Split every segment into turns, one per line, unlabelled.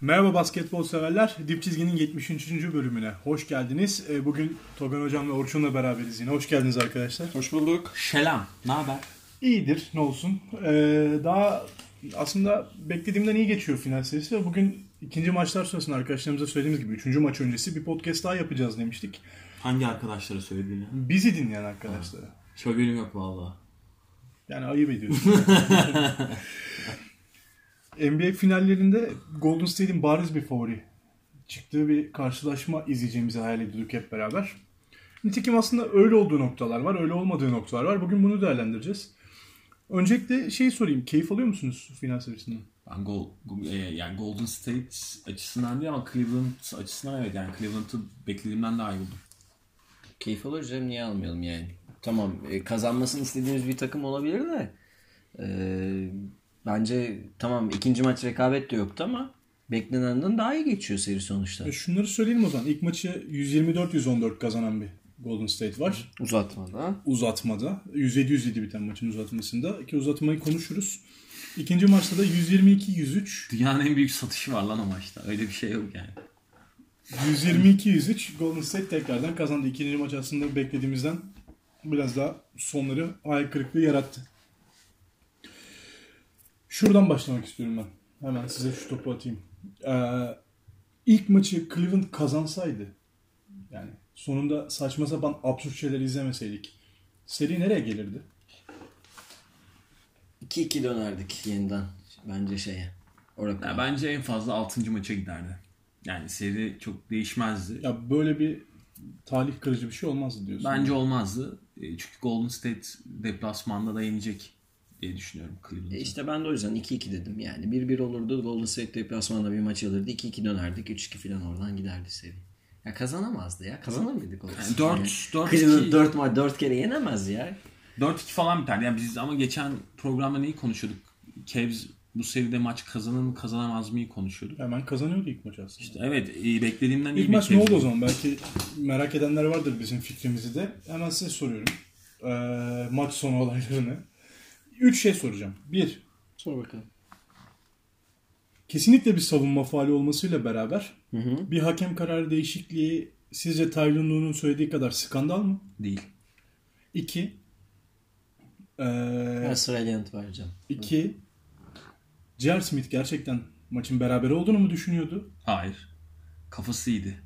Merhaba basketbol severler. Dip Çizgi'nin 73. bölümüne hoş geldiniz. E, Bugün Togan Hocam ve Orçun'la beraberiz yine. Hoş geldiniz arkadaşlar.
Hoş bulduk.
Şelam. Ne haber?
İyidir, ne olsun. E, Daha aslında beklediğimden iyi geçiyor final serisi ve bugün ikinci maçlar sırasında arkadaşlarımıza söylediğimiz gibi üçüncü maç öncesi bir podcast daha yapacağız demiştik.
Hangi arkadaşlara söyledin ya?
Bizi dinleyen arkadaşlara.
Hiç haberim yok valla.
Yani ayıp ediyorsun. NBA finallerinde Golden State'in bariz bir favori çıktığı bir karşılaşma izleyeceğimizi hayal ediyorduk hep beraber. Nitekim aslında öyle olduğu noktalar var, öyle olmadığı noktalar var. Bugün bunu değerlendireceğiz. Öncelikle şey sorayım, keyif alıyor musunuz final serisinden?
Ben gol, e, yani Golden State açısından değil ama Cleveland açısından evet. Yani Cleveland'ı beklediğimden daha iyi buldum.
Keyif alıyoruz canım niye almayalım yani. Tamam e, kazanmasını istediğimiz bir takım olabilir de e, bence tamam ikinci maç rekabet de yoktu ama beklenenden daha iyi geçiyor seri sonuçta.
E şunları söyleyelim o zaman. İlk maçı 124-114 kazanan bir Golden State var.
Uzatmada.
uzatmada. 107-107 biten maçın uzatmasında. Ki uzatmayı konuşuruz. İkinci maçta da 122-103.
Dünyanın en büyük satışı var lan o maçta. Öyle bir şey yok yani.
122-103 Golden State tekrardan kazandı. İkinci maç aslında beklediğimizden biraz daha sonları hayal kırıklığı yarattı. Şuradan başlamak istiyorum ben. Hemen size şu topu atayım. Ee, ilk maçı Cleveland kazansaydı yani sonunda saçma sapan absürt şeyler izlemeseydik seri nereye gelirdi?
2-2 dönerdik yeniden bence şeye. Orada.
Ya bence en fazla 6. maça giderdi. Yani seri çok değişmezdi.
Ya böyle bir talih kırıcı bir şey olmazdı diyorsun.
Bence olmazdı. E, Çünkü Golden State deplasmanda da yenecek diye düşünüyorum Cleveland'ı.
E İşte ben de o yüzden 2-2 dedim yani. 1-1 olurdu Golden State deplasmanda bir maç alırdı. 2-2 dönerdik. 3-2 falan oradan giderdi seri. Ya kazanamazdı ya. Kazanamıyorduk Golden
Yani
State'i.
dört-
Yani
dört-
Cleveland
iki-
4 maç 4 kere yenemez ya.
4-2 falan biter. Yani biz ama geçen programda neyi konuşuyorduk? Cavs bu seride maç kazanır mı kazanamaz mıyı konuşuyorduk.
Hemen kazanıyordu ilk maç aslında.
Evet e, beklediğimden iyi
ilk
bir
maç ne
Cavs.
oldu o zaman? Belki merak edenler vardır bizim fikrimizi de. Hemen size soruyorum. Ee, maç sonu olaylarını. Üç şey soracağım. Bir,
Sor bakalım.
kesinlikle bir savunma faali olmasıyla beraber bir hakem kararı değişikliği sizce Taylan Lue'nun söylediği kadar skandal mı?
Değil.
İki, ee,
Ben sırayla yanıt vereceğim.
iki, J.R. Smith gerçekten maçın beraber olduğunu mu düşünüyordu?
Hayır. Kafası iyiydi.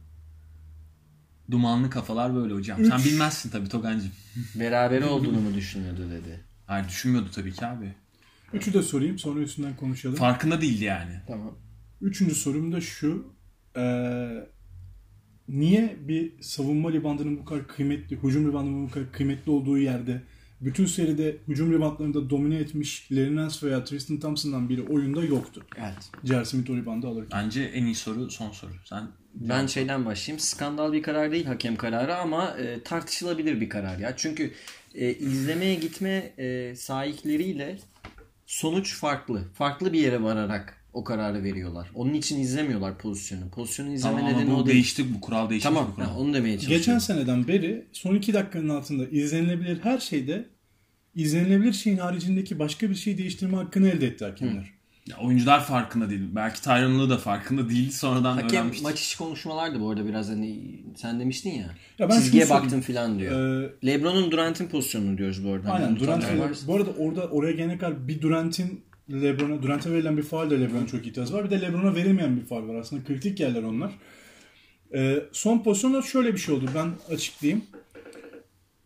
Dumanlı kafalar böyle hocam. Sen bilmezsin tabii Togancım.
Berabere olduğunu mu düşünüyordu dedi.
Hayır düşünmüyordu tabii ki abi.
Üçü de sorayım sonra üstünden konuşalım.
Farkında değildi yani.
Tamam.
Üçüncü sorum da şu. Eee, niye bir savunma ribandının bu kadar kıymetli, hücum ribandının bu kadar kıymetli olduğu yerde bütün seride hücum ribandlarında domine etmiş Larry Nance veya Tristan Thompson'dan biri oyunda yoktu.
Evet.
J.R. Smith o ribandı alırken.
Bence en iyi soru son soru. Sen
Ben şeyden başlayayım. Skandal bir karar değil hakem kararı ama e, tartışılabilir bir karar ya. Çünkü e, izlemeye gitme e, sahipleriyle sonuç farklı. Farklı bir yere vararak o kararı veriyorlar. Onun için izlemiyorlar pozisyonu. Pozisyonu izleme
tamam ama
nedeni
bu
o değil.
değişti bu kural değişti.
Tamam
bu kural.
ha, onu demeye çalışıyorum.
şey Geçen seneden beri son iki dakikanın altında izlenilebilir her şeyde izlenilebilir şeyin haricindeki başka bir şey değiştirme hakkını elde etti hakemler.
Ya, oyuncular farkında değil. Belki Tyron'lu da farkında değil. Sonradan
Hakem
öğrenmiştik.
maç içi konuşmalardı bu arada biraz hani sen demiştin ya.
Ya ben
çizgiye
şunu sorayım.
baktım filan diyor.
Eee,
Lebron'un Durant'in pozisyonunu diyoruz bu arada.
Aynen
Yani
Durant
utanmayan
ve-
varsa.
bu arada orada oraya gelene kadar bir Durant'in LeBron'a Durant'e verilen bir faul de LeBron'a çok itiraz var. Bir de LeBron'a verilmeyen bir faul var aslında. Kritik yerler onlar. Ee, son pozisyonda şöyle bir şey oldu. Ben açıklayayım.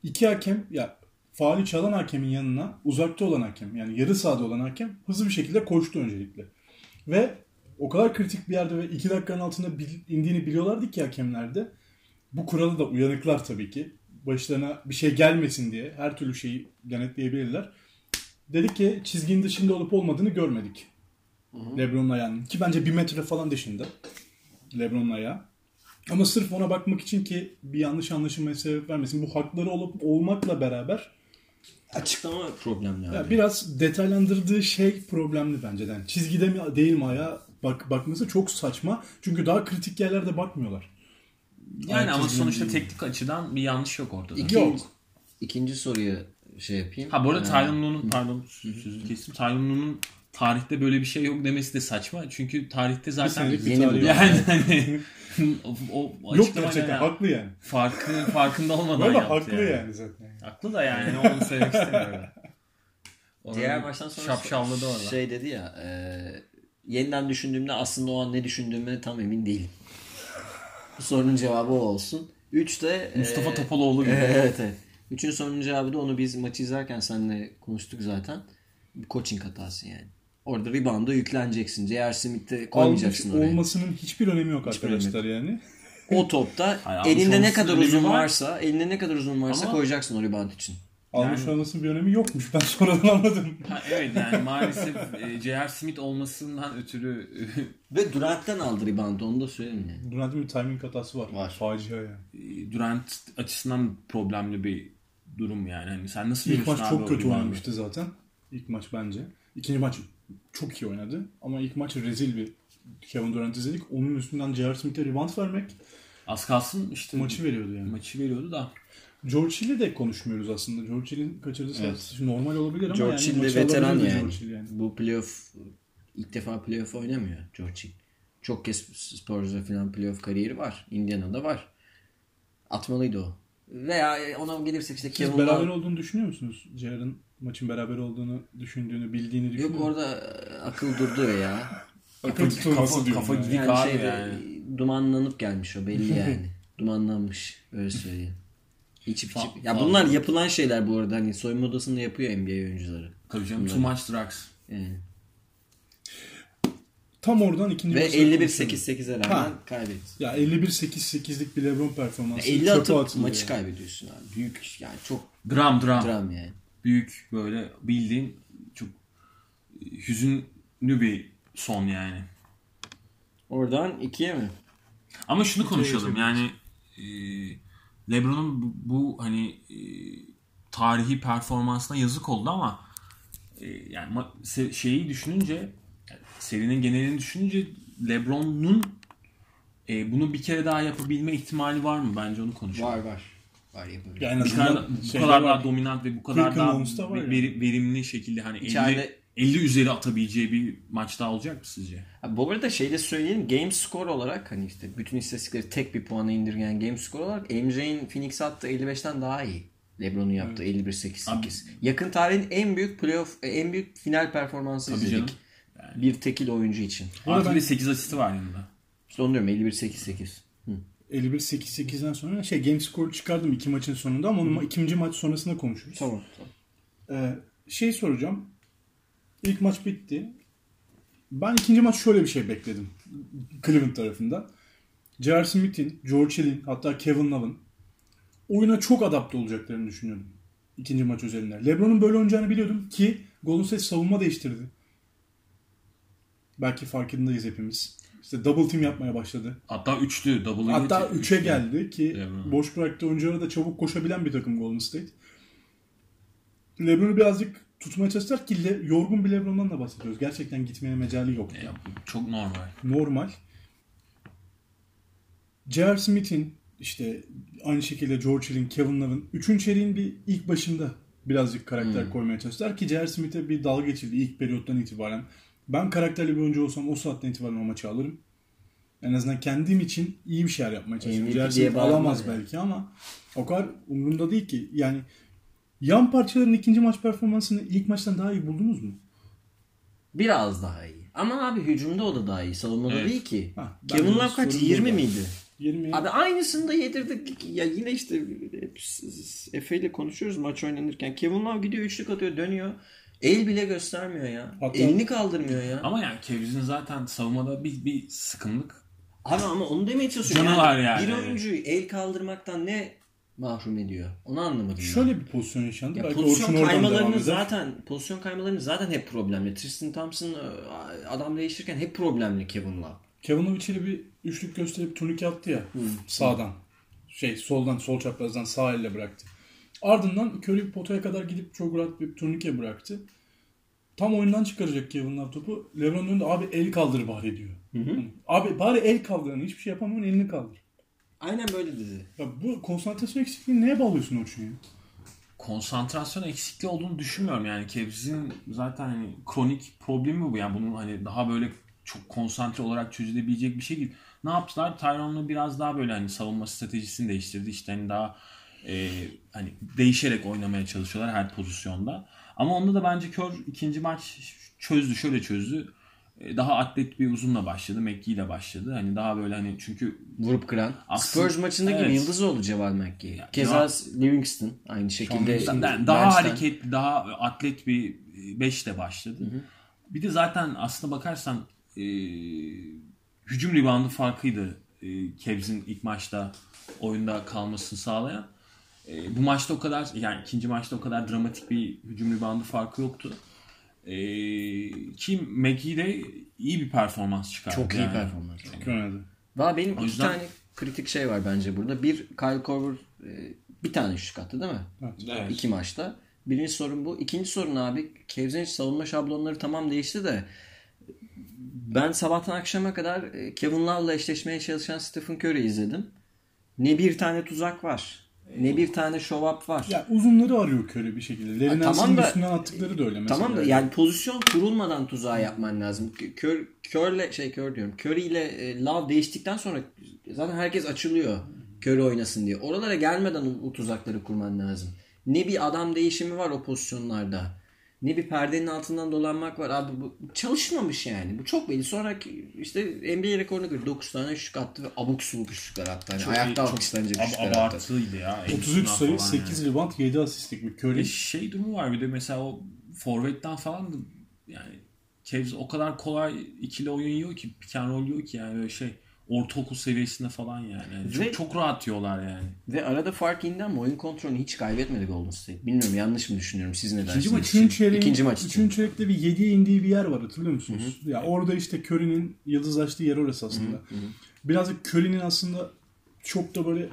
İki hakem ya faali çalan hakemin yanına uzakta olan hakem yani yarı sahada olan hakem hızlı bir şekilde koştu öncelikle. Ve o kadar kritik bir yerde ve iki dakikanın altında bil- indiğini biliyorlardı ki hakemlerde. Bu kurala da uyanıklar tabii ki. Başlarına bir şey gelmesin diye her türlü şeyi denetleyebilirler. Dedik ki çizginin dışında olup olmadığını görmedik. Lebron'un ayağının. Ki bence bir metre falan dışında. Lebron'un ayağı. Ama sırf ona bakmak için ki bir yanlış anlaşılmaya sebep vermesin. Bu hakları olup olmakla beraber
Açıklama problemli abi.
ya biraz detaylandırdığı şey problemli bence. de. Yani çizgide mi değil mi ayağa bak, bakması çok saçma. Çünkü daha kritik yerlerde bakmıyorlar.
Yani ama
Herkes
sonuçta
bilmiyor.
teknik açıdan bir yanlış yok ortada.
İki-
Yok.
İkinci soruya şey yapayım.
Ha bu arada
Ee,
Tyron Lue'nun pardon sözü kestim. Tyron Lue'nun tarihte böyle bir şey yok demesi de saçma. Çünkü tarihte zaten
senelik bir
yeni
tarih
bu.
var.
yani hani o, o
Yok
açıklama
gerçekten
yani
haklı yani.
farkı farkında olmadan
Valla
yaptı
haklı yani.
yani.
zaten.
Haklı da yani onu söylemek istemiyorum. Onu
Diğer baştan sonra
şapşalladı orada.
şey dedi ya e, yeniden düşündüğümde aslında o an ne düşündüğüme tam emin değilim. Bu sorunun cevabı o olsun. 3 de e,
Mustafa Topaloğlu gibi.
evet evet. Üçüncü sorunun cevabı da onu biz maçı izlerken seninle konuştuk zaten. Bir coaching hatası yani. Orada rebound'a yükleneceksin. J.R. Smith'i
Almış
koymayacaksın oraya.
olmasının hiçbir önemi yok
Hiçbir
arkadaşlar yani.
O topta
Hayır, almış
elinde ne
olmasının
kadar
önemi
uzun
var.
varsa elinde ne kadar uzun varsa
Ama-
koyacaksın o rebound için.
Almış olmasının bir önemi yokmuş. Ben sonradan anladım.
Ha, evet yani maalesef e, J.R. Smith olmasından ötürü
Ve Durant'ten aldı reboundu onu da söyleyeyim yani.
Durant'in bir timing hatası var.
Var.
Facia yani.
e, Durant açısından problemli bir durum yani. Hani sen nasıl
İlk
biliyorsun
maç
abi o
çok kötü
ribandı?
oynamıştı zaten. İlk maç bence. İkinci maç çok iyi oynadı. Ama ilk maç rezil bir Kevin Durant izledik. Onun üstünden J.R. Smith'e rebound vermek
Az kalsın işte
maçı veriyordu yani.
maçı veriyordu da.
George Hill'i de konuşmuyoruz aslında. George Hill'in kaçırdığı sayısı normal olabilir ama
George
yani
Hill de
maçı
veteran
alabilirdi
yani.
George Hill yani.
Bu playoff ilk defa playoff oynamıyor George Hill. Çok kez Spurs'da falan playoff kariyeri var. Indiana'da var. Atmalıydı o. Veya e, ona gelirsek işte
Siz
Kevin
beraber
Love.
olduğunu düşünüyor musunuz? J.R.'ın maçın beraber olduğunu düşündüğünü, bildiğini düşünüyor
Yok
musunuz?
orada e, akıl durdu ya.
Akıl tutulması
kafa-
diyorum
kafa
yani.
gidiyor.
Yani
Abi
şeyde
yani.
dumanlanıp gelmiş o belli yani. Dumanlanmış öyle söyleyeyim. İçip
Fa-
içip. Ya
fazla.
bunlar yapılan şeyler bu arada. Hani soyunma odasında yapıyor NBA oyuncuları.
Tabii canım too much drugs.
Yani.
Tam oradan ikinci
Ve
maçta
51-8-8'e rağmen
Ha.
kaybetti.
Ya 51-8-8'lik bir LeBron performansı.
50
çöpe
atıp
atıldı
maçı
yani.
kaybediyorsun abi. Büyük yani çok
Dram dram.
dram yani.
Büyük böyle bildiğin çok hüzünlü bir son yani.
Oradan ikiye mi?
Ama şunu konuşalım yani e, LeBron'un bu, bu hani e, tarihi performansına yazık oldu ama e, yani ma- se- şeyi düşününce yani serinin genelini düşününce LeBron'un e, bunu bir kere daha yapabilme ihtimali var mı? Bence onu konuşalım.
var. Var yapabilir.
Yani en
Bir kadar-
azından
bu
şeyde
kadar
var.
daha dominant ve bu kadar
Kırkın
daha
Lawrence'da var
ve-
yani.
veri- verimli şekilde hani 50,
İçeride-
50 üzeri atabileceği bir maç daha olacak mı sizce?
Abi bu arada şeyde söyleyelim. Game score olarak hani işte bütün istatistikleri tek bir puana indirgen game score olarak MJ'in Phoenix attığı 55'ten daha iyi. Lebron'un yaptığı 51-8-8. Yakın tarihin en büyük playoff, e, en büyük final performansı
Tabii
izledik.
canım.
Bir tekil oyuncu için.
Bu arada
Artı
ben-
bir de 8 asisti var yanında.
İşte onu diyorum 51-8-8.
51-8-8'den sonra şey game score çıkardım iki maçın sonunda ama onu ma- ikinci maç sonrasında konuşuruz.
Tamam.
Ee, şey soracağım. İlk maç bitti. Ben ikinci maç şöyle bir şey bekledim. Cleveland tarafında. J.R. Smith'in, George Hill'in hatta Kevin Love'ın oyuna çok adapte olacaklarını düşünüyordum. ikinci maç üzerinde. Lebron'un böyle oynayacağını biliyordum ki Golden State savunma değiştirdi. Belki farkındayız hepimiz. İşte double team yapmaya başladı.
Hatta üçlü double'ı
Hatta
geçti.
3'e geldi ki
Lebron.
boş bıraktığı oyunculara da çabuk koşabilen bir takım Golden State. LeBron'u birazcık tutmaya çalıştılar ki Le- yorgun bir LeBron'dan da bahsediyoruz. Gerçekten gitmeye mecali yok.
Ya, çok normal.
Normal. J.R. Smith'in işte aynı şekilde George Hill'in, Kevin Love'ın 3. çeyreğin bir ilk başında birazcık karakter
Hmm.
koymaya çalıştılar ki J.R. Smith'e bir dalga geçildi ilk periyottan itibaren. Ben karakterli bir oyuncu olsam o saatten itibaren o maçı alırım. En azından kendim için iyi bir şeyler yapmaya çalışıyorum.
MVP
J.R.
diye
Smith
bağırma
alamaz
yani.
belki ama o kadar umurumda değil ki. Yani yan parçaların ikinci maç performansını ilk maçtan daha iyi buldunuz mu?
Biraz daha iyi. Ama abi hücumda o da daha iyi. Savunmada
Evet.
değil ki.
Ha, ben
Kevin
de
Love kaç?
sorun
20
burada.
miydi?
20
Abi aynısını da yedirdik. Ya yine işte hep siz- Efe ile konuşuyoruz maç oynanırken. Kevin Love gidiyor üçlük atıyor dönüyor. El bile göstermiyor ya.
Hatta-
Elini kaldırmıyor ya.
Ama yani Cavs'in zaten savunmada bir, bir sıkımlık.
Abi ama onu demeye çalışıyorum.
Canavar yani.
Bir oyuncuyu el kaldırmaktan ne mahrum ediyor? Onu anlamadım ben.
Şöyle bir pozisyon yaşandı.
Ya
Belki Orçun
pozisyon
oradan devam eder.
kaymalarını zaten pozisyon kaymalarını zaten hep problemli. Tristan Thompson e, adam değiştirirken hep problemli Kevin Love.
Kevin Love içeri bir üçlük gösterip turnike attı ya sağdan. Şey soldan sol çaprazdan sağ elle bıraktı. Ardından Curry potaya kadar gidip çok rahat bir turnike bıraktı. Tam oyundan çıkaracak Kevin Love topu. Lebron döndü abi el kaldır bari diyor. Hani, Abi bari el kaldır. Yani hiçbir şey yapamıyorsun elini kaldır.
Aynen böyle dedi.
Ya bu konsantrasyon eksikliğini neye bağlıyorsun Orçun ya?
konsantrasyon eksikliği olduğunu düşünmüyorum. Yani Kevz'in zaten hani kronik problemi bu. Yani bunun hani daha böyle çok konsantre olarak çözülebilecek bir şey değil. Ne yaptılar? Tyrone'la biraz daha böyle hani savunma stratejisini değiştirdi. İşte hani daha e, hani değişerek oynamaya çalışıyorlar her pozisyonda. Ama onda da bence Kör ikinci maç çözdü. Şöyle çözdü. E, Daha atlet bir uzunla başladı. McGee ile başladı. Hani daha böyle hani çünkü
Vurup kıran.
Aslında-
Spurs maçında
Evet.
gibi yıldız oldu Ceval McGee. Keza
Ceval-
Livingston aynı şekilde.
Yani
bench'ten-
Ee, daha hareketli, daha atlet bir 5'te başladı. Bir de zaten aslına bakarsan e, hücum ribandı farkıydı e, Cavs'in ilk maçta oyunda kalmasını sağlayan. E, bu maçta o kadar yani ikinci maçta o kadar dramatik bir hücum ribandı farkı yoktu. E, ki McGee de iyi bir performans çıkardı.
Çok iyi
yani.
performans.
Çok önemli.
Daha benim iki
yüzden-
tane kritik şey var bence burada. Bir Kyle Korver e, bir tane üçlük attı değil mi?
Evet.
İki maçta. Birinci sorun bu. İkinci sorun abi Cavs'in savunma şablonları tamam değişti de ben sabahtan akşama kadar e, Kevin Love'la eşleşmeye çalışan Stephen Curry izledim. Ne bir tane tuzak var. Ne bir tane show up var.
Ya uzunları arıyor köre bir şekilde. Larry
tamam
Nance'ın
da-
üstünden attıkları da öyle mesela.
Tamam da yani pozisyon kurulmadan tuzağı yapman lazım. Kör, körle şey kör diyorum. Curry ile e, Love değiştikten sonra zaten herkes açılıyor. Curry oynasın diye. Oralara gelmeden o, o tuzakları kurman lazım. Ne bir adam değişimi var o pozisyonlarda. Ne bir perdenin altından dolanmak var. Abi bu çalışmamış yani. Bu çok belli. Sonra işte NBA rekoruna göre 9 tane şut attı ve abuk subuk şutlar attı. Yani ayakta alkışlanacak
ab-
şutlar attı.
abartılıydı ya. En
33
üstünden
sayı,
falan
8 rebound, 7 asistlik bir
E
Curry.
şey durumu var bir de mesela o forvetten falan da yani Cavs o kadar kolay ikili oyun yiyor ki pick and roll yiyor ki yani böyle şey ortaokul seviyesinde falan yani. Yani çok,
Ve-
çok rahat yiyorlar yani.
Ve arada fark indi ama oyun kontrolünü hiç kaybetmedi Golden State. Bilmiyorum yanlış mı düşünüyorum siz ne dersiniz?
İkinci maç için. Çeyreğin,
şey İkinci maç için.
Üçüncü çeyrekte bir 7'ye indiği bir yer var hatırlıyor musunuz? Ya orada işte Curry'nin yıldızlaştığı yer orası aslında. Biraz da Curry'nin aslında çok da böyle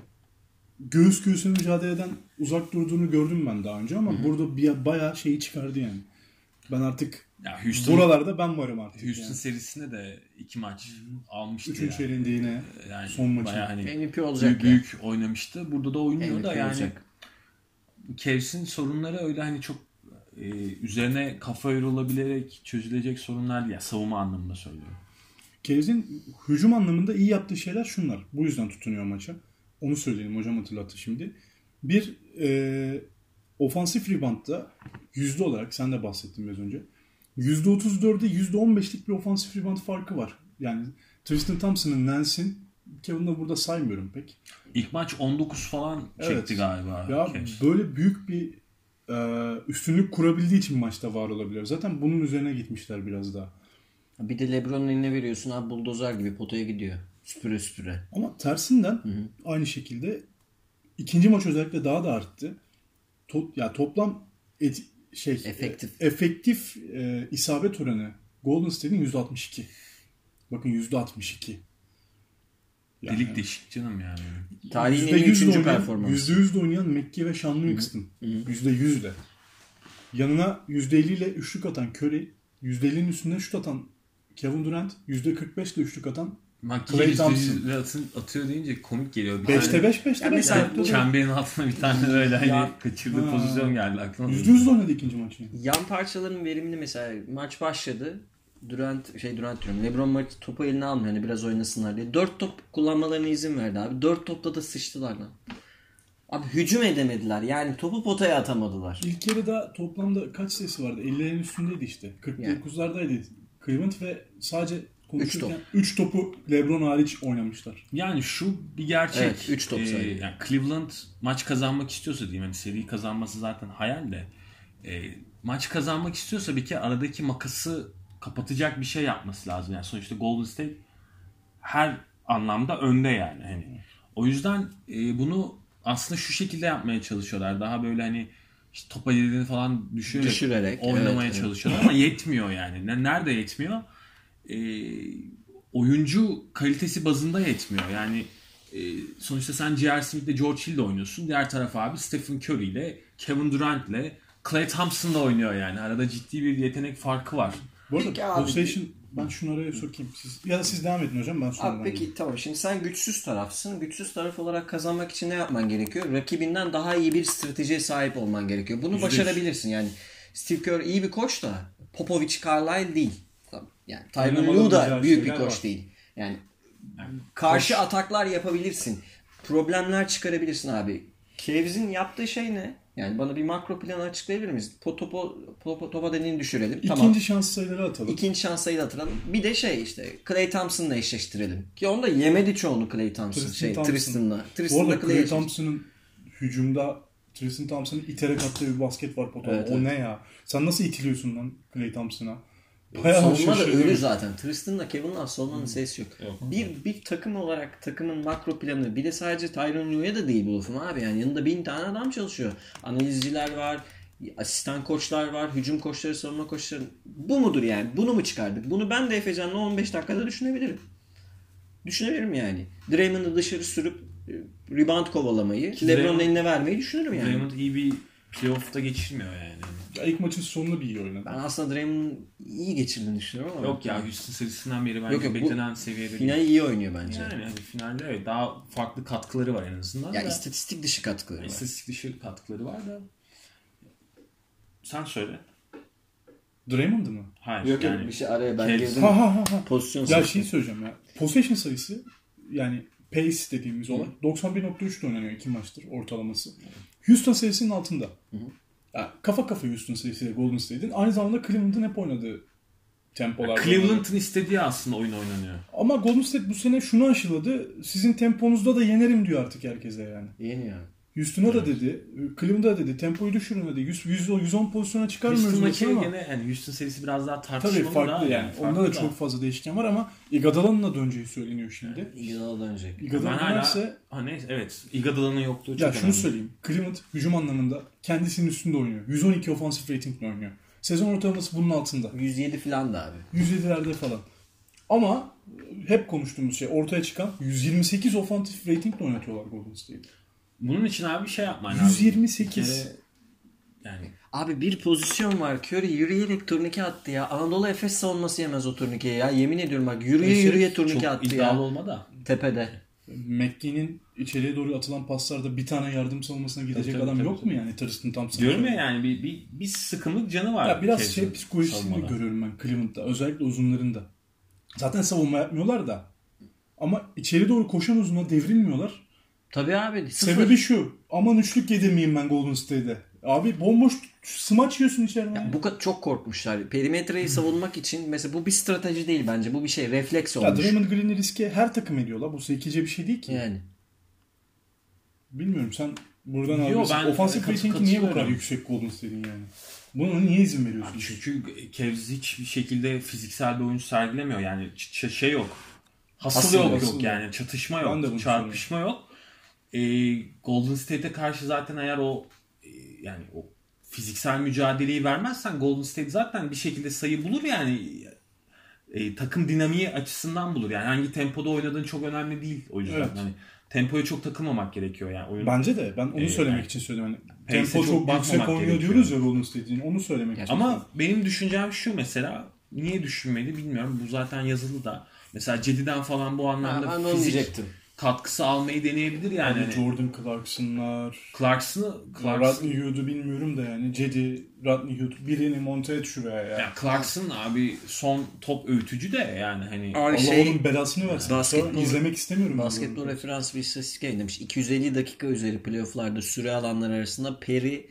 göğüs göğüsüne mücadeleden uzak durduğunu gördüm ben daha önce ama burada bir, bayağı şeyi çıkardı yani. Ben artık
Ya Houston,
buralarda ben varım artık.
Houston
yani.
serisinde de iki maç almıştı
Üçüncü
yani.
çeyreğinde yine
yani
son maçı.
bayağı hani
MVP
büyük,
olacak ya.
büyük oynamıştı. Burada da oynuyor
MVP
da yani
olacak.
Cavs'in sorunları öyle hani çok e, üzerine kafa yorulabilerek çözülecek sorunlar değil. Yani savunma anlamında söylüyorum.
Cavs'in hücum anlamında iyi yaptığı şeyler şunlar. Bu yüzden tutunuyor maça. Onu söyleyelim hocam hatırlattı şimdi. Bir e, ofansif reboundda yüzde olarak sen de bahsettin biraz önce. Yüzde 34'e yüzde 15'lik bir ofansif rebound farkı var. Yani Tristan Thompson'ın Nance'in Kevin'ı burada saymıyorum pek.
İlk maç 19 falan çekti
Evet.
galiba.
Ya
Cavs.
böyle büyük bir e, üstünlük kurabildiği için maçta var olabilir. Zaten bunun üzerine gitmişler biraz daha.
Bir de Lebron'un eline veriyorsun abi buldozer gibi potaya gidiyor. Süpüre süpüre.
Ama tersinden aynı şekilde ikinci maç özellikle daha da arttı. To- ya toplam et- şey
Efektif.
e, efektif e, isabet oranı Golden State'in %62. Bakın %62. Yani
Delik deşik canım yani.
Tarihin en iyi
%100
üçüncü
de oynayan,
performansı.
%100 de oynayan Mekki ve Sean Livingston. %100 de. Yanına %50 ile üçlük atan Curry, %50'nin üstüne şut atan Kevin Durant, %45 ile üçlük atan Clay
Makiyeyi
Thompson.
atıyor deyince komik geliyor. Bir
5'te 5 5'te 5.
Ya mesela bu-
Çemberin altına bir tane öyle hani
Ya.
kaçırdığı
Ha.
pozisyon geldi aklıma.
%100 de oynadı ikinci maçı.
Yan parçaların verimli mesela maç başladı. Durant şey Durant diyorum. LeBron maç topu eline almıyor hani biraz oynasınlar diye. Dört top kullanmalarına izin verdi abi. Dört topla da sıçtılar lan. Abi hücum edemediler. Yani topu potaya atamadılar.
İlk yarıda toplamda kaç sayısı vardı? 50'lerin üstündeydi işte. 49'lardaydı. Cleveland ve sadece konuşurken 3 topu LeBron hariç oynamışlar.
Yani şu bir gerçek. e,
Evet, üç top sayı.
yani Cleveland maç kazanmak istiyorsa diyeyim hani seri kazanması zaten hayal de. Ee, maç kazanmak istiyorsa bir kere aradaki makası kapatacak bir şey yapması lazım. Yani sonuçta Golden State her anlamda önde yani. Hani o yüzden e, bunu aslında şu şekilde yapmaya çalışıyorlar. Daha böyle hani işte topa yediğini falan düşürerek,
Düşürerek,
oynamaya
evet, evet.
çalışıyorlar ama yetmiyor yani. Ne- Nerede yetmiyor? E, oyuncu kalitesi bazında yetmiyor. Yani e, sonuçta sen J.R. Smith'le George Hill'le oynuyorsun. Diğer taraf abi Stephen Curry ile Kevin Durant ile Clay Thompson'la oynuyor yani. Arada ciddi bir yetenek farkı var.
Bu arada
Peki abi.
possession Ben şunu araya sokayım. Siz, ya da siz devam edin hocam ben sonra.
Abi peki tamam şimdi sen güçsüz tarafsın. Güçsüz taraf olarak kazanmak için ne yapman gerekiyor? Rakibinden daha iyi bir stratejiye sahip olman gerekiyor. Bunu
Yüzde yüz.
başarabilirsin yani. Steve Kerr iyi bir koç da Popovich Carlisle değil. Tamam. Yani Tyron
Oynamadığımız
Lue da
her
büyük bir
şeyler
koç
var.
değil. Yani karşı ataklar yapabilirsin. Problemler çıkarabilirsin abi. Cavs'in yaptığı şey ne? Yani bana bir makro planı açıklayabilir miyiz? Po- Topu, topu, topa deneyini düşürelim.
İkinci
tamam.
şans sayıları atalım.
İkinci şans sayıda hatırlayalım. Bir de şey işte Clay Thompson'la eşleştirelim. Ki onu da yemedi çoğunu Clay Thompson.
Tristan
şey,
Thompson.
Tristan'la.
Bu
Tristan'la
arada
Clay
Clay
eşleşti.
Thompson'ın hücumda Tristan Thompson'ın iterek attığı bir basket var potada.
Evet,
o
evet.
ne ya? Sen nasıl itiliyorsun lan Clay Thompson'a?
Savunma da
şaşırıyorum.
ölü zaten. Tristan'la Kevin'la savunmanın
Hmm.
sesi yok. Bir, bir takım olarak takımın makro planı bir de sadece Tyron Lue'ya da değil bu lafım abi. Yani yanında bin tane adam çalışıyor. Analizciler var, asistan koçlar var, hücum koçları, savunma koçları. Bu mudur yani? Bunu mu çıkardık? Bunu ben de Efecan'la 15 dakikada düşünebilirim. Düşünebilirim yani. Draymond'ı dışarı sürüp e, rebound kovalamayı,
Ki
LeBron'un
Draymond-
eline vermeyi düşünürüm yani.
Draymond iyi bir playoff'ta geçirmiyor yani.
Ya ilk maçın sonunu bir iyi oynadı.
Ben aslında Draymond'ın iyi geçirdiğini düşünüyorum ama.
Yok ya Houston serisinden beri bence
Yok, yok, bu
beklenen seviyede değil.
Finali iyi oynuyor bence.
Yani hani finalde evet daha farklı katkıları var en azından.
Ya
da.
istatistik dışı katkıları var.
İstatistik dışı katkıları var da. Sen söyle.
Draymond mı?
Hayır.
Yok yok
yani.
bir şey araya ben
Kes.
girdim.
Ha ha ha ha.
Pozisyon
Ya
sayısı.
şey söyleyeceğim ya. Possession sayısı yani pace dediğimiz olay 91.3 de oynanıyor iki maçtır ortalaması. Houston sayısının altında. Ya kafa kafa Houston sayısıyla Golden State'in. Aynı zamanda Cleveland'ın hep oynadığı tempolar.
Cleveland'ın istediği aslında oyun oynanıyor.
Ama Golden State bu sene şunu aşıladı. Sizin temponuzda da yenerim diyor artık herkese yani.
Yeni ya.
Houston'a da dedi, Cleveland'a dedi, tempoyu düşürün dedi. 100, 100, 110 pozisyona çıkarmıyoruz
Houston
maçı
maçı
ama.
gene yani Houston serisi biraz daha tartışmalı
Tabii
da
farklı yani. Onda da
farklı
çok fazla değişken var ama Iguodala'nın da döneceği söyleniyor şimdi.
Yıla dönecek.
ben
Iguodala
hala
dönerse
ha neyse evet Iguodala'nın yokluğu çok
ya şunu
önemli.
söyleyeyim. Cleveland hücum anlamında kendisinin üstünde oynuyor. 112 offensive ratingle oynuyor. Sezon ortalaması bunun altında.
107 falan da abi.
107'lerde falan. Ama hep konuştuğumuz şey ortaya çıkan 128 offensive ratingle oynatıyorlar Golden State'i.
Bunun için abi bir şey yapman lazım.
128.
Bir kere Yani
Abi bir pozisyon var. Curry yürüyerek turnike attı ya. Anadolu Efes savunması yemez o turnikeyi ya. Yemin ediyorum bak yürüye
Efes
yürüye turnike
çok
attı
iddialı
ya.
olma da.
Tepede.
McGee'nin içeriye doğru atılan paslarda bir tane yardım savunmasına gidecek
tabii,
adam
tabii,
yok
tabii.
mu yani Tristan Thompson?
Diyorum ya yani bir, bir, bir sıkımlık canı var.
Ya biraz şey
Cleveland
psikolojisini
savunmada.
de görüyorum ben Cleveland'da. Özellikle uzunlarında. Zaten savunma yapmıyorlar da. Ama içeri doğru koşan uzuna devrilmiyorlar.
Tabii abi. Sıfır.
Sebebi şu. Aman üçlük yedirmeyeyim ben Golden State'de. Abi bomboş smaç yiyorsun içeriden.
Ya
Ya,
bu kadar çok korkmuşlar. Perimetreyi savunmak için mesela bu bir strateji değil bence. Bu bir şey refleks olmuş.
Draymond Green'i riske her takım ediyorlar. Bu zekice bir şey değil ki.
yani.
Bilmiyorum sen buradan
Yo,
alıyorsun.
ben
Ofansif
kat-
ratingi niye bu kadar
katılıyorum.
yüksek Golden State'in yani? Buna niye izin veriyorsun?
Çünkü Cavs hiçbir şekilde fiziksel bir oyun sergilemiyor. Yani ç- ç- şey yok. Hasıl,
Hasıl
yok,
yok.
yok yani. Çatışma
Ben de bunu
yok. Çarpışma yok. Ee, Golden State'e karşı zaten eğer o e, yani o fiziksel mücadeleyi vermezsen Golden State zaten bir şekilde sayı bulur yani E, takım dinamiği açısından bulur. Yani hangi tempoda oynadığın çok önemli değil o yüzden.
Evet.
Hani tempoya çok takılmamak gerekiyor yani oyun.
Bence de. Ben onu
Ee,
söylemek
yani.
için söyledim. Hani
Pace'e
tempo
çok
çok, yüksek
bakmamak
oynuyor
gerekiyor.
diyoruz ya Golden State'in. Onu söylemek için.
Ama benim düşüncem şu mesela niye düşünmedi bilmiyorum. Bu zaten yazılı da. Mesela Cedi'den falan bu anlamda
ben de onu
fizik
diyecektim.
katkısı almayı deneyebilir yani.
yani
Hani
Jordan Clarkson'lar,
Clarkson'ı Clarkson,
Rodney Hood'u bilmiyorum da yani Cedi, Rodney Hood birini monte et şuraya ya.
ya Clarkson abi son top öğütücü de yani hani
Allah
Abi şey,
onun belasını versin.
Basketbol-
Sonra izlemek istemiyorum. ben
Basketbol
bunu.
referans bir istatistik yayınlamış. 250 dakika üzeri playofflarda süre alanlar arasında Perry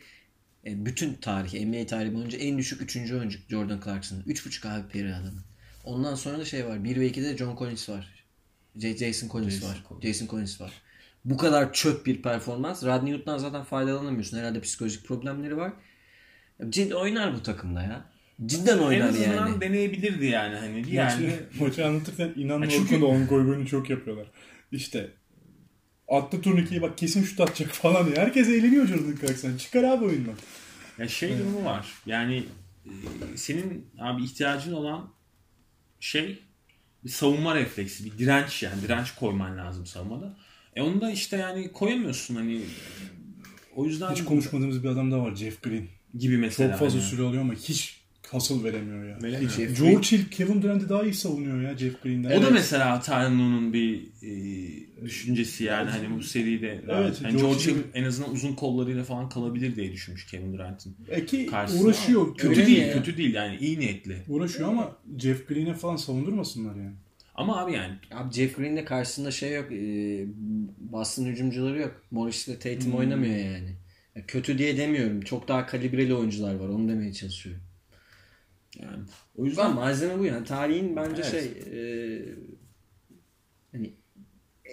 e, bütün tarihi NBA tarihi boyunca en düşük 3. oyuncu Jordan Clarkson. 3.5 abi Perry adamı. Ondan sonra da şey var. 1 ve 2'de John Collins var. J- Jason Collins
Jason
var.
Collins.
Jason Collins var. Bu kadar çöp bir performans. Rodney Hood'dan zaten faydalanamıyorsun. Herhalde psikolojik problemleri var. Cid oynar bu takımda ya. Cidden
en
oynar
azından
yani.
deneyebilirdi yani hani bir yerde
Maçı, maçı anlatırken inan
Ya çünkü-
Orkun da onun gol golünü çok yapıyorlar. İşte attı turnikeyi bak kesin şut atacak falan diye. Herkes eğleniyor Jordan Clarkson. Çıkar abi oyundan.
Ya şey durumu var. Yani e, senin abi ihtiyacın olan şey bir savunma refleksi, bir direnç yani direnç koyman lazım savunmada. E onu da işte yani koyamıyorsun hani o yüzden
Hiç konuşmadığımız bir adam da var Jeff Green.
gibi
Çok
mesela. hani.
fazla
yani.
süre alıyor ama hiç hasıl veremiyor ya.
Veremiyor.
Hiç- George Hill Kevin Durant'i daha iyi savunuyor ya Jeff Green'den.
E, O da mesela Tarnu'nun bir e, düşüncesi yani hani bu seride.
Evet,
hani
George
George Hill en azından uzun kollarıyla falan kalabilir diye düşünmüş Kevin Durant'in.
E ki
Karşısına.
uğraşıyor.
Kötü
Kötü
değil,
ya.
kötü değil yani iyi niyetli.
Uğraşıyor ama Jeff Green'e falan savundurmasınlar yani.
Ama abi yani
Abi Jeff Green'de karşısında şey yok. E, Boston hücumcuları yok. Morris ile Tatum
Hmm.
oynamıyor yani. Ya Kötü diye demiyorum. Çok daha kalibreli oyuncular var. Onu demeye çalışıyorum.
yani o
Ben
yüzden
malzeme bu yani. Tarihin bence
Evet.
şey e, hani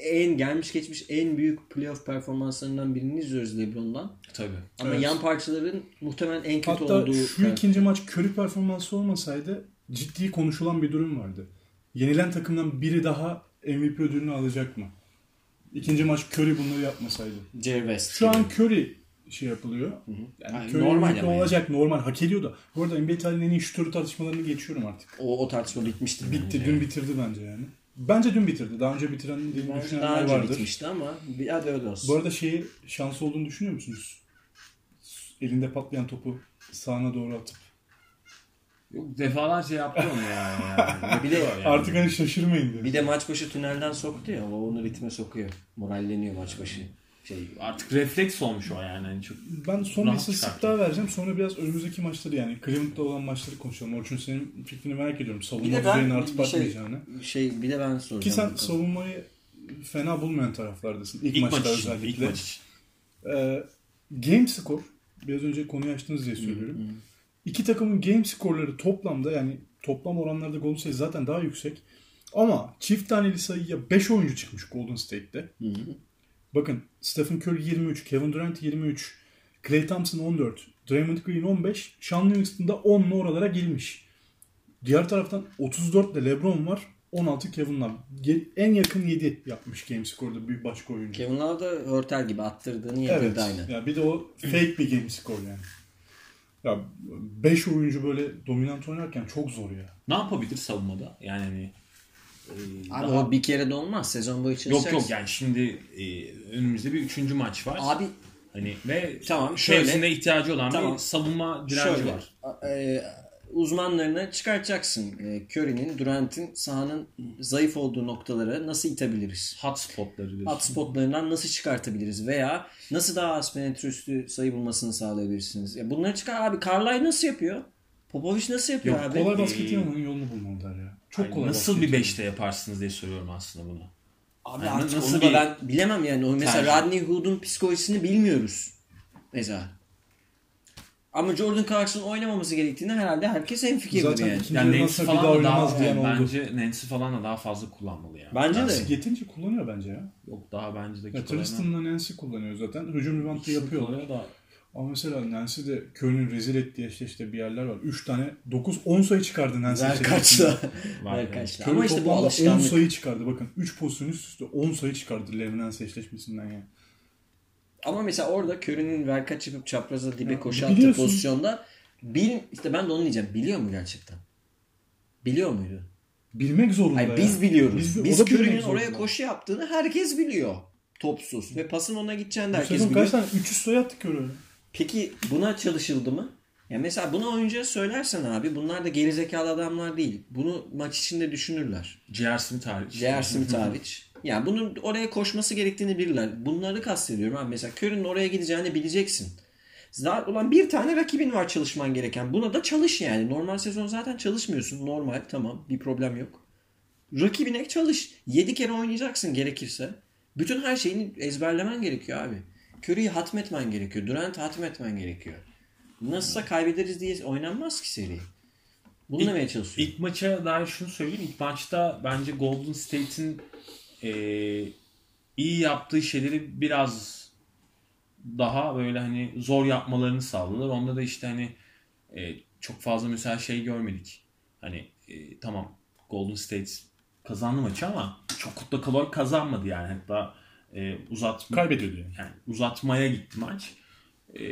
en gelmiş geçmiş en büyük playoff performanslarından birini izliyoruz LeBron'dan.
tabii.
Ama
Evet.
yan parçaların muhtemelen en kötü
Hatta
olduğu
şu ikinci maç körü performansı olmasaydı ciddi konuşulan bir durum vardı. Yenilen takımdan biri daha MVP ödülünü alacak mı? İkinci maç Curry bunları yapmasaydı.
Jerry West.
Şu an Curry şey yapılıyor.
Yani
Curry
normal
MVP
ama yani.
olacak normal hak ediyor da. Bu arada NBA tarihinin en iyi şutörü tartışmalarını geçiyorum artık.
o, o tartışma bitmiştir.
Bitti. Dün bitirdi bence yani. Bence dün bitirdi. Daha önce bitiren diye
Bence
düşünenler
daha önce
vardır.
bitmişti ama bir- hadi öyle olsun.
Bu arada şeyi şanslı olduğunu düşünüyor musunuz? Elinde patlayan topu sağına doğru atıp.
Yok defalarca yaptı onu ya. Yani.
Bir de-
Yapıyor yani.
Artık hani şaşırmayın dedi.
Bir de maç başı tünelden soktu ya. O onu ritme sokuyor. Moralleniyor maç başı. Şey,
artık refleks olmuş o yani. Hani çok
Ben son bir
Rahat
istatistik
çıkarttı.
daha vereceğim. Sonra biraz önümüzdeki maçları yani Cleveland'da olan maçları konuşalım. Orçun senin fikrini merak ediyorum. Savunma düzeyinin artıp
bir şey,
artmayacağını.
şey bir de ben soracağım.
Ki sen
bakalım.
savunmayı fena bulmayan taraflardasın. İlk,
ilk
maçta
maç için. ilk
özellikle.
maç için.
Ee, game score biraz önce konuyu açtınız diye söylüyorum. İki takımın game scoreları toplamda yani toplam oranlarda gol sayısı zaten daha yüksek. Ama çift taneli sayıya 5 oyuncu çıkmış Golden State'te. Bakın Stephen Curry 23, Kevin Durant 23, Klay Thompson 14, Draymond Green 15, Sean Livingston da 10 oralara girmiş. Diğer taraftan 34 de LeBron var, 16 Kevin'la. Ge- En yakın 7 yapmış game score'da bir başka oyuncu.
Kevin Love da Hörtel gibi attırdığını yedirdi
Evet.
aynı.
Ya bir de o fake bir game score yani. Ya 5 oyuncu böyle dominant oynarken çok zor ya.
Ne yapabilir savunmada? Yani hani, e,
Abi
daha-
o bir kere de olmaz. Sezon boyu
Yok
çalışacaksın.
yok yani şimdi e, önümüzde bir üçüncü maç var.
Abi
Hani ve
Tamam,
şöyle,
şöyle.
ihtiyacı olan
Tamam.
bir savunma direnci
şöyle.
var.
e, uzmanlarını çıkartacaksın. E, Curry'nin, Durant'in sahanın zayıf olduğu noktalara nasıl itebiliriz?
Hot spotları diyorsun.
Hot spotlarından nasıl çıkartabiliriz veya nasıl daha az penetre üstü sayı bulmasını sağlayabilirsiniz? Ya bunları çıkar abi. Carlisle nasıl yapıyor? Popovic nasıl yapıyor abi?
kolay basket yapmanın yolunu bulmalılar ya. Çok
Yani
kolay
Hani nasıl
basket
bir beşte yaparsınız diye soruyorum aslında bunu.
Abi
Yani
artık
nasıl
onu da
bir-
ben bilemem yani. O mesela
Tercih.
Rodney Hood'un psikolojisini bilmiyoruz. Mesela. Ama Jordan Clarkson oynamaması gerektiğini herhalde herkes hemfikirdir
Zaten
yani.
ikinci
Yani
yarıdan
Nancy
sonra
falan
bir daha
da daha,
oynamaz diyen
yani
oldu.
bence Nancy falan da daha fazla kullanmalı yani.
Bence de.
Nancy Yeterince kullanıyor bence ya.
Yok daha bence de
ya Tristan'la Nancy kullanıyor zaten. Hücum rivantı yapıyorlar.
yapıyorlar da.
Ama mesela Nancy de Curry'nin rezil ettiği işte, işte bir yerler var. 3 tane 9 10 sayı çıkardı Nancy.
Verkaç'la.
Var yani.
Verkaç'la.
Curry
Ama işte bu
toplamda 10
alışkanlık.
sayı çıkardı. Bakın 3 pozisyon üst üste 10 sayı çıkardı Levinen seçleşmesinden yani.
Ama mesela orada Curry'nin verkaç yapıp çapraza dibe koşu attığı
biliyorsun.
pozisyonda bil, işte ben de onu diyeceğim. Biliyor mu gerçekten? Biliyor muydu?
Bilmek zorunda
Hayır
ya.
biz biliyoruz. Biz,
Biz- o da
Curry'nin
bilmek zorunda.
oraya koşu yaptığını herkes biliyor. Topsuz. Ve pasın ona gideceğini de
Bu
herkes
sezon
biliyor.
kaç tane 300 sayı attık Curry'e.
Peki buna çalışıldı mı? Ya mesela bunu oyuncuya söylersen abi bunlar da gerizekalı adamlar değil. Bunu maç içinde düşünürler.
J.R. Smith hariç.
J.R. Smith hariç. Yani bunun oraya koşması gerektiğini bilirler. Bunları kastediyorum abi. Mesela Curry'nin oraya gideceğini bileceksin. Zaten olan bir tane rakibin var çalışman gereken. Buna da çalış yani. Normal sezon zaten çalışmıyorsun. Normal tamam bir problem yok. Rakibine çalış. 7 kere oynayacaksın gerekirse. Bütün her şeyini ezberlemen gerekiyor abi. Curry'i hatmetmen gerekiyor. Durant'ı hatmetmen gerekiyor. Nasılsa kaybederiz diye oynanmaz ki seri. Bunu
İlk-
demeye çalışıyorum.
İlk maça dair şunu söyleyeyim. İlk maçta bence Golden State'in eee, iyi yaptığı şeyleri biraz daha böyle hani zor yapmalarını sağladılar. Onda da işte hani eee, çok fazla mesela şey görmedik. Hani eee, tamam Golden State kazandı maçı ama çok da kolay kazanmadı yani. Hatta eee uzatma
Kaybediyordu yani.
yani uzatmaya gitti maç. Ee,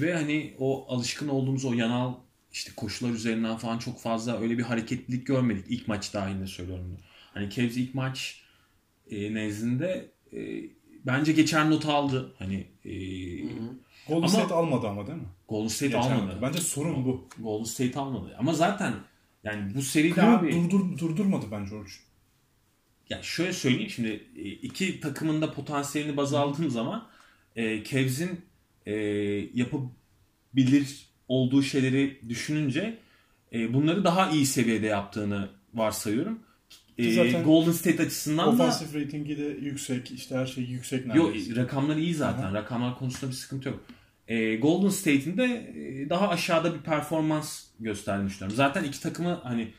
ve hani o alışkın olduğumuz o yanal işte koşular üzerinden falan çok fazla öyle bir hareketlilik görmedik ilk maç dahilinde söylüyorum bunu. Hani Cavs ilk maç e, nezdinde e, bence geçer not aldı. Hani e,
Golden State almadı ama değil mi?
Golden State
Geçen
almadı.
hafta. Bence sorun bu.
Golden State almadı. Ama zaten yani bu seride
Cleveland
abi
durdur, durdurmadı bence George.
ya şöyle söyleyeyim şimdi e, iki takımın da potansiyelini baz aldığım zaman e, Cavs'in e, yapabilir olduğu şeyleri düşününce e, bunları daha iyi seviyede yaptığını varsayıyorum. E,
zaten
Golden State açısından da
Ofansif ratingi de yüksek. işte her şey yüksek
Yok
neredeyse.
rakamlar iyi zaten. Rakamlar konusunda bir sıkıntı yok. Ee, Golden State'in de e, daha aşağıda bir performans göstermiş durumda. Zaten iki takımı hani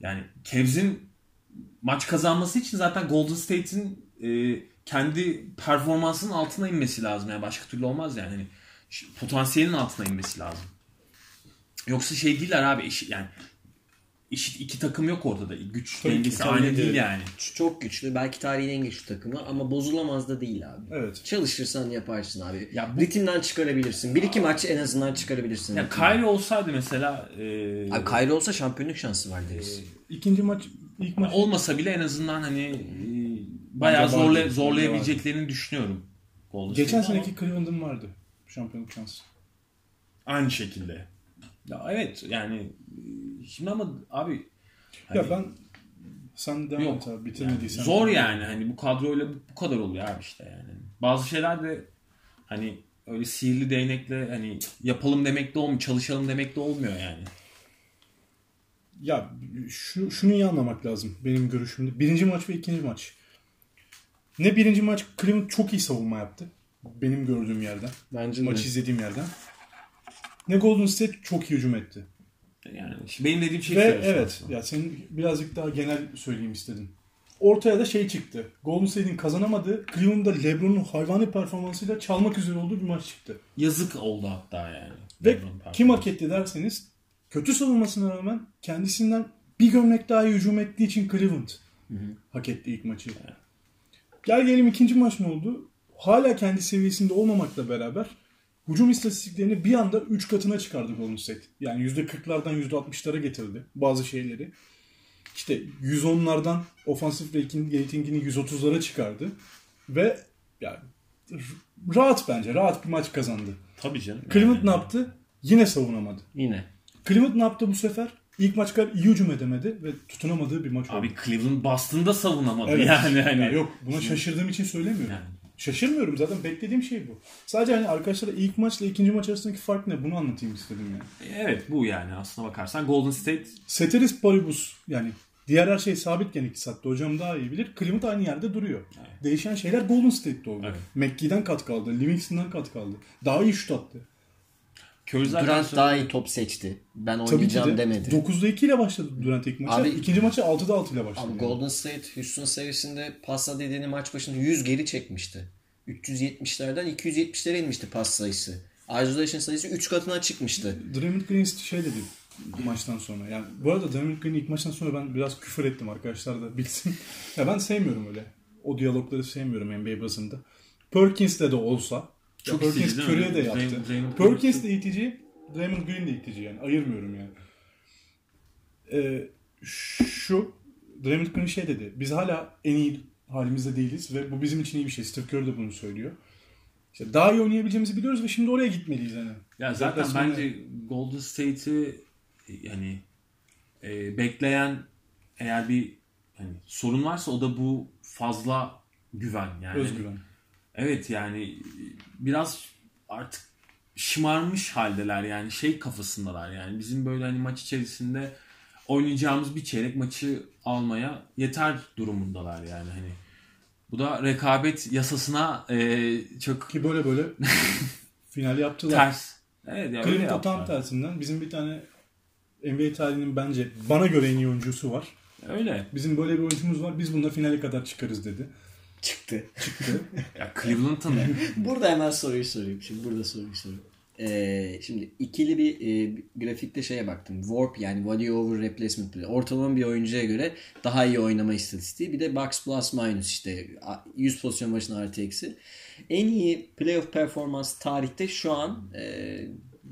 yani Cavs'in maç kazanması için zaten Golden State'in e, kendi performansının altına inmesi lazım. Yani başka türlü olmaz yani. Hani, ş- potansiyelin altına inmesi lazım. Yoksa şey değiller abi eşit yani eşit iki takım yok ortada. Güç
Tabii ki,
dengesi
tabii ki.
aynı değil yani.
Ç- Çok güçlü. Belki tarihin en güçlü takımı ama bozulamaz da değil abi.
Evet.
Çalışırsan yaparsın abi.
Ya bu-
Ritimden çıkarabilirsin. Bir iki maç en azından çıkarabilirsin.
Ya
ritimden.
Kyrie olsaydı mesela e,
Abi Kyrie olsa şampiyonluk şansı var deriz.
Ee, İkinci maç ilk maç
olmasa bile en azından hani e, bayağı
Bence
zorla,
vardır.
zorlayabileceklerini düşünüyorum. Golden
geçen
State'in.
seneki Cleveland'ın vardı şampiyonluk şansı.
aynı şekilde. Ya evet yani e, şimdi ama abi
Ya
hani
ben sen devam
Yok.
et abi bitirmediysen.
zor yani hani bu kadroyla bu- bu kadar oluyor abi işte yani. Bazı şeyler de hani öyle sihirli değnekle hani yapalım demek de olmuyor, çalışalım demek de olmuyor yani.
Ya şu, şunu iyi anlamak lazım benim görüşümde. Birinci maç ve ikinci maç. Ne birinci maç Cleveland çok iyi savunma yaptı. Benim gördüğüm yerden.
Bence
Maçı izlediğim yerden. Ne Golden State çok iyi hücum etti.
Yani işte benim dediğim şey
Ve
söylüyorsun
evet
aslında.
ya senin birazcık daha genel söyleyeyim istedim. Ortaya da şey çıktı. Golden State'in kazanamadığı Cleveland'da LeBron'un hayvani performansıyla çalmak üzere olduğu bir maç çıktı.
Yazık oldu hatta yani.
Ve
Lebron Parker.
kim hak etti derseniz kötü savunmasına rağmen kendisinden bir gömlek daha iyi hücum ettiği için Cleveland hak etti ilk maçı. Gel gelelim ikinci maç ne oldu? Hala kendi seviyesinde olmamakla beraber hücum istatistiklerini bir anda 3 katına çıkardı Golden State. Yani %40'lardan %60'lara getirdi bazı şeyleri. İşte 110'lardan ofansif rating- ratingini 130'lara çıkardı. Ve yani r- rahat bence. Rahat bir maç kazandı.
Tabii canım.
Cleveland
Yani.
ne yaptı? Yine savunamadı.
Yine.
Cleveland ne yaptı bu sefer? İlk maç kadar iyi hücum edemedi ve tutunamadığı bir maç oldu.
Abi Cleveland Boston'da savunamadı yani. Hani.
Ya yok buna şaşırdığım için söylemiyorum.
Yani.
Şaşırmıyorum zaten beklediğim şey bu. Sadece hani arkadaşlara ilk maçla ikinci maç arasındaki fark ne bunu anlatayım istedim yani.
Evet bu yani aslına bakarsan Golden State
Ceteris paribus yani diğer her şey sabitken iktisatta hocam daha iyi bilir. Cleveland aynı yerde duruyor. Değişen şeyler Golden State'de oldu.
Evet.
McGee'den katkı aldı. Livingston'dan katkı aldı. Daha iyi şut attı.
Curry zaten
Durant
söyle-
daha iyi top seçti. Ben
Tabii ki
oynayacağım
de
demedi.
9'da 2 ile başladı Durant ilk maça.
Abi-
İkinci maça 6'da 6 ile başladı.
Abi
yani.
Golden State Houston serisinde pasla dediğini maç başına 100 geri çekmişti. 370'lerden 270'lere inmişti pas sayısı. Isolation sayısı 3 katına çıkmıştı.
Draymond Green şey dedi maçtan sonra. Yani bu arada Draymond Green ilk maçtan sonra ben biraz küfür ettim arkadaşlar da bilsin. ya ben sevmiyorum öyle. O diyalogları sevmiyorum NBA basında. Perkins'te de olsa. Çok
Çok
Perkins
itici değil mi?
Curry'e de
Draymond-
yaptı.
Draymond Green-
Perkins de itici, Draymond Green de itici yani. Ayırmıyorum yani. Ee, şu Draymond Green şey dedi. Biz hala en iyi halimizde değiliz ve bu bizim için iyi bir şey. Steve Kerr de bunu söylüyor. İşte daha iyi oynayabileceğimizi biliyoruz ve şimdi oraya gitmeliyiz yani.
Ya zaten
Deplasmana-
bence Golden State'i yani e, bekleyen eğer bir hani sorun varsa o da bu fazla güven yani.
özgüven.
Evet yani biraz artık şımarmış haldeler yani şey kafasındalar yani bizim böyle hani maç içerisinde oynayacağımız bir çeyrek maçı almaya yeter durumundalar yani hani bu da rekabet yasasına e, çok
Ki böyle böyle final yaptılar.
ters. Evet ya öyle
Cleveland'da tam
yaptılar.
tersinden bizim bir tane NBA tarihinin bence bana göre en iyi oyuncusu var.
Öyle.
Bizim böyle bir oyuncumuz var. Biz bununla finale kadar çıkarız dedi.
Çıktı.
Ya Cleveland'ın
burada hemen soruyu sorayım. Şimdi burada soruyu sorayım. Ee, şimdi ikili bir e, grafikte şeye baktım. Warp yani Value Over Replacement Play. Ortalama bir oyuncuya göre daha iyi oynama istatistiği. Bir de Box Plus Minus işte a- 100 pozisyon başına artı eksi. En iyi playoff performans tarihte şu an e,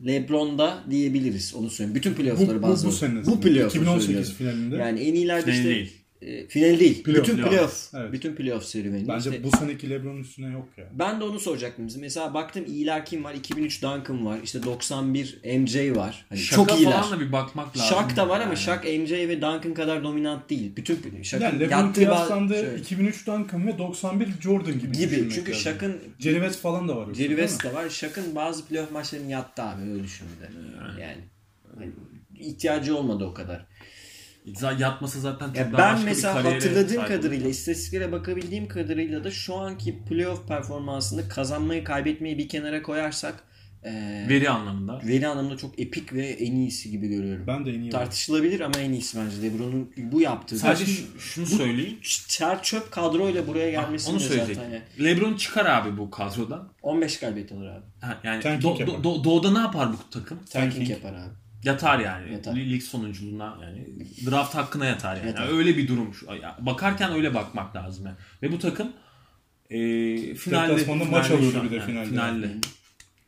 Lebron'da diyebiliriz. Onu söyleyeyim. Bütün
Bu,
playoff'ları
bu,
bazı
bu sene.
playoff'u
2018
söylüyorum.
finalinde.
Yani en iyiler de
Sene
işte
değil.
e, final değil.
Playoff,
bütün
playoff.
playoff.
Evet.
Bütün playoff serüveni.
Bence
İşte-
bu seneki LeBron'un üstüne yok ya.
Ben de onu soracaktım. Mesela baktım iyiler kim var? 2003 Duncan var. İşte 91 MJ var. Hani
Şaka
çok iyiler.
falan da bir bakmak lazım.
Şak da var ama
Yani.
Şak MJ ve Duncan kadar dominant değil. Bütün Şak'ın
Yani LeBron
yaptığı
kıyaslandı
bazı- şöyle-
2003 Duncan ve 91 Jordan gibi.
şey- gibi.
düşünmek
Çünkü
lazım.
Şak'ın
Jerry West falan da var. yoksa,
Jerry
değil mi?
West de var. Şak'ın bazı playoff maçlarını yattı abi öyle düşün bir de. Yani hani ihtiyacı olmadı o kadar.
Z- Yatması zaten çok daha
Ya ben
başka bir
mesela
kariyere
hatırladığım
sahip
kadarıyla,
oluyor.
istatistiklere bakabildiğim kadarıyla da şu anki playoff performansını kazanmayı kaybetmeyi bir kenara koyarsak eee
Veri anlamında.
veri anlamında çok epik ve en iyisi gibi görüyorum.
Ben de en iyi.
Tartışılabilir ama en iyisi bence LeBron'un bu yaptığı.
Sadece
Zaten
şu- şunu söyleyeyim.
çer çöp kadroyla buraya
Ha,
gelmesi
onu
de zaten.
söyleyecektim.
hani
Lebron çıkar abi bu kadrodan.
15 galibiyet alır abi.
Ha, yani
Tanking
do- do-
yapar.
do- doğuda ne yapar bu takım?
Tanking yapar abi.
Yatar yani.
Yatar.
Lig sonunculuğuna yani draft hakkına yatar yani.
Yatar.
Yani öyle bir durum. şu- ya Bakarken öyle bakmak lazım. Yani. Ve bu takım e, finalde,
Deplasmanda maç
finalde şu
alıyordu
an,
bir de
yani
finalde.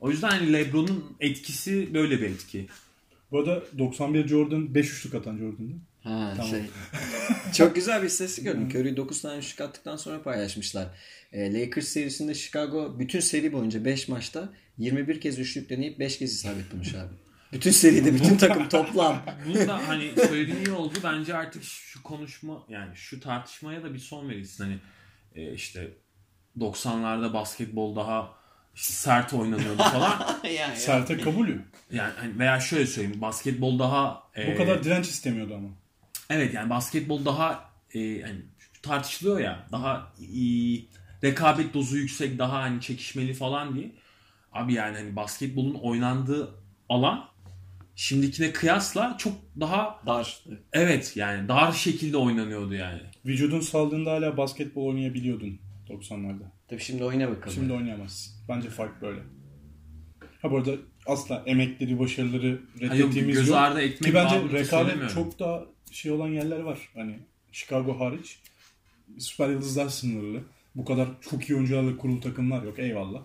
O yüzden hani LeBron'un etkisi böyle bir etki.
Bu arada 91 Jordan 5 üçlük atan Jordan'dı.
Ha,
Tamam.
şey. Çok güzel bir istatistik gördüm. Curry 9 tane şut attıktan sonra paylaşmışlar. E, Lakers serisinde Chicago bütün seri boyunca 5 maçta 21 kez üçlük deneyip 5 kez isabet bulmuş abi. Bütün seride bütün takım toplam.
Bunu da hani söylediğin iyi oldu. Bence artık şu konuşma yani şu tartışmaya da bir son verilsin. Hani e, işte 90'larda basketbol daha işte sert oynanıyordu falan.
yani,
Serte kabulü.
Yani hani veya şöyle söyleyeyim basketbol daha
Bu
e,
kadar direnç istemiyordu ama.
Evet yani basketbol daha e, hani tartışılıyor ya daha iyi rekabet dozu yüksek daha hani çekişmeli falan diye. Abi yani hani basketbolun oynandığı alan şimdikine kıyasla çok daha
Dar.
evet yani dar şekilde oynanıyordu yani.
Vücudun saldığında hala basketbol oynayabiliyordun 90'larda.
Tabii şimdi oyuna bakalım.
Şimdi oynayamazsın. Bence fark böyle. Ha bu arada asla emekleri, başarıları
Hani yok,
reddettiğimiz
göz
yok.
ardı etmek
Ki bence
bağımlılığı
rekabet
söylemiyorum.
çok daha şey olan yerler var. Hani Chicago hariç süper yıldızlar sınırlı. Bu kadar çok iyi oyuncularla kurulu takımlar yok. Eyvallah.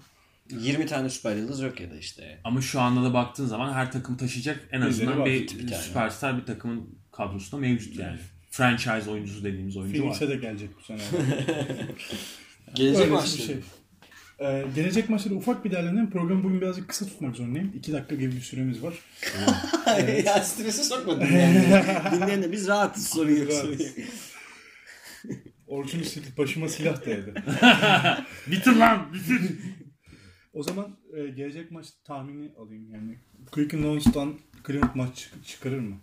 20 tane süper yıldız yok ya da işte.
ama şu anda da baktığın zaman her takım taşıyacak en azından
var,
bir,
bir tane.
süperstar bir takımın kadrosunda mevcut yani. Franchise oyuncusu dediğimiz oyuncu var.
Phoenix'e de gelecek bu sene.
Gelecek
Öyle bir
maçta.
şey. Ee, gelecek maçları ufak bir değerlendirelim. Programı bugün birazcık kısa tutmak zorundayım. 2 dakika gibi bir süremiz var.
ya stresi sokma dinleyenleri. Dinleyenler biz rahatız sorun yok. sorun yok.
Orçun sil- başıma silah dayadı.
Bitir lan bitir.
O zaman e, gelecek maç tahmini alayım yani. Quicken Loans'tan Cleveland maç çık- çıkarır mı?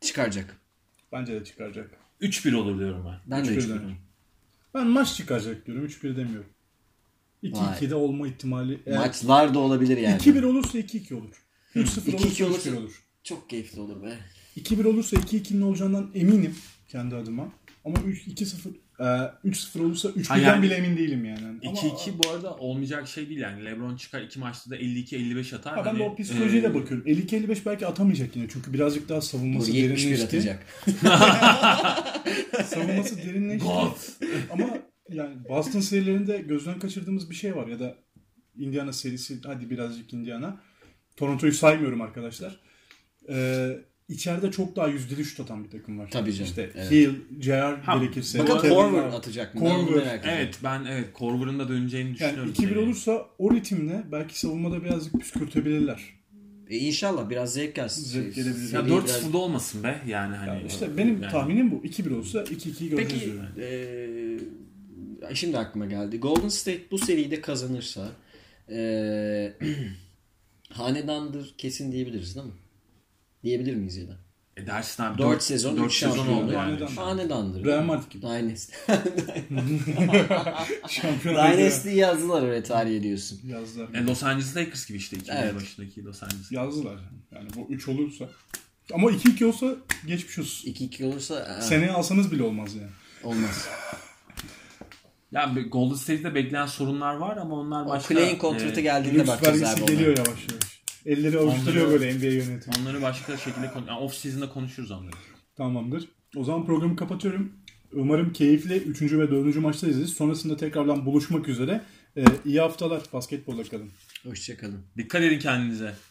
Çıkaracak.
Bence de çıkaracak.
3-1 olur diyorum ben.
Ben de
Üç
hiç
birden. Ben maç çıkacak diyorum. 3-1 demiyorum. 2-2'de olma ihtimali. eğer-
Maçlar da olabilir yani.
2-1 olursa 2-2 olur. 3-0 olursa
2-2 olursa-
3-1 olur.
Çok keyifli olur be.
2-1 olursa 2-2'nin olacağından eminim kendi adıma. Ama 3 2-0 e, 3-0 olursa 3
Ha,
birden
yani-
bile emin değilim yani. Ama-
2-2 bu arada olmayacak şey değil yani. LeBron çıkar iki maçta da 52-55 atar.
Ha, ben
Hani,
de o psikolojiye
e,
de bakıyorum. 52-55 belki atamayacak yine. Çünkü birazcık daha
Dur
savunması
71
derinleşti.
atacak.
savunması derinleşti.
God.
Ama yani Boston serilerinde gözden kaçırdığımız bir şey var ya da Indiana serisi hadi birazcık Indiana. Toronto'yu saymıyorum arkadaşlar. Ee, içeride çok daha yüzdeli şut atan bir takım var.
Tabii canım,
İşte
evet.
Hill, JR
Ha,
gerekirse.
Bakın
Tatum var.
Korver atacak mı? Ben onu
Korver,
merak ediyorum.
Evet ben evet Korver'ın da döneceğini düşünüyorum.
Yani 2-1
seni.
olursa o ritimle belki savunmada birazcık püskürtebilirler.
E, inşallah biraz zevk gelsin.
Zevk
Şey,
gelebilir.
Ya
seri
4-0 da olmasın be yani hani.
Yani işte benim
yani.
tahminim bu. 2-1 olsa 2-2'yi göreceğiz
Peki
diyorum.
e, şimdi aklıma geldi. Golden State bu seriyi de kazanırsa e, hanedandır kesin diyebiliriz değil mi? Diyebilir miyiz ya da?
E dersin abi
4
dört-
sezon
dört
3
sezon
şampiyon.
oldu yani.
Hanedan.
Hanedandır.
Real Madrid gibi.
Dynasty.
Şampiyonlar Ligi
Dynasty'yi yazdılar öyle tarihe diyorsun.
yazdılar.
E, Los Angeles Lakers gibi işte 2000
Evet.
başındaki Los Angeles.
Yazdılar. Yani bu 3 olursa. Ama 2-2 olsa geçmiş olsun.
2-2 olursa ha,
Seneye alsanız bile olmaz yani.
olmaz.
Ya be- Golden State'de beklenen sorunlar var ama onlar
O
başka.
Clay'in kontratı
e,
geldiğinde
Lüks
bakacağız
vergisi
abi
geliyor
ona.
yavaş yavaş. Elleri avuşturuyor
Onları-
böyle NBA yönetimi.
Onları başka şekilde konu yani off season'da konuşuruz onları.
Tamamdır. O zaman programı kapatıyorum. Umarım keyifli 3. ve 4. maçta izleriz. Sonrasında tekrardan buluşmak üzere. Ee, iyi haftalar. Basketbolla kalın.
Hoşçakalın.
Dikkat edin kendinize.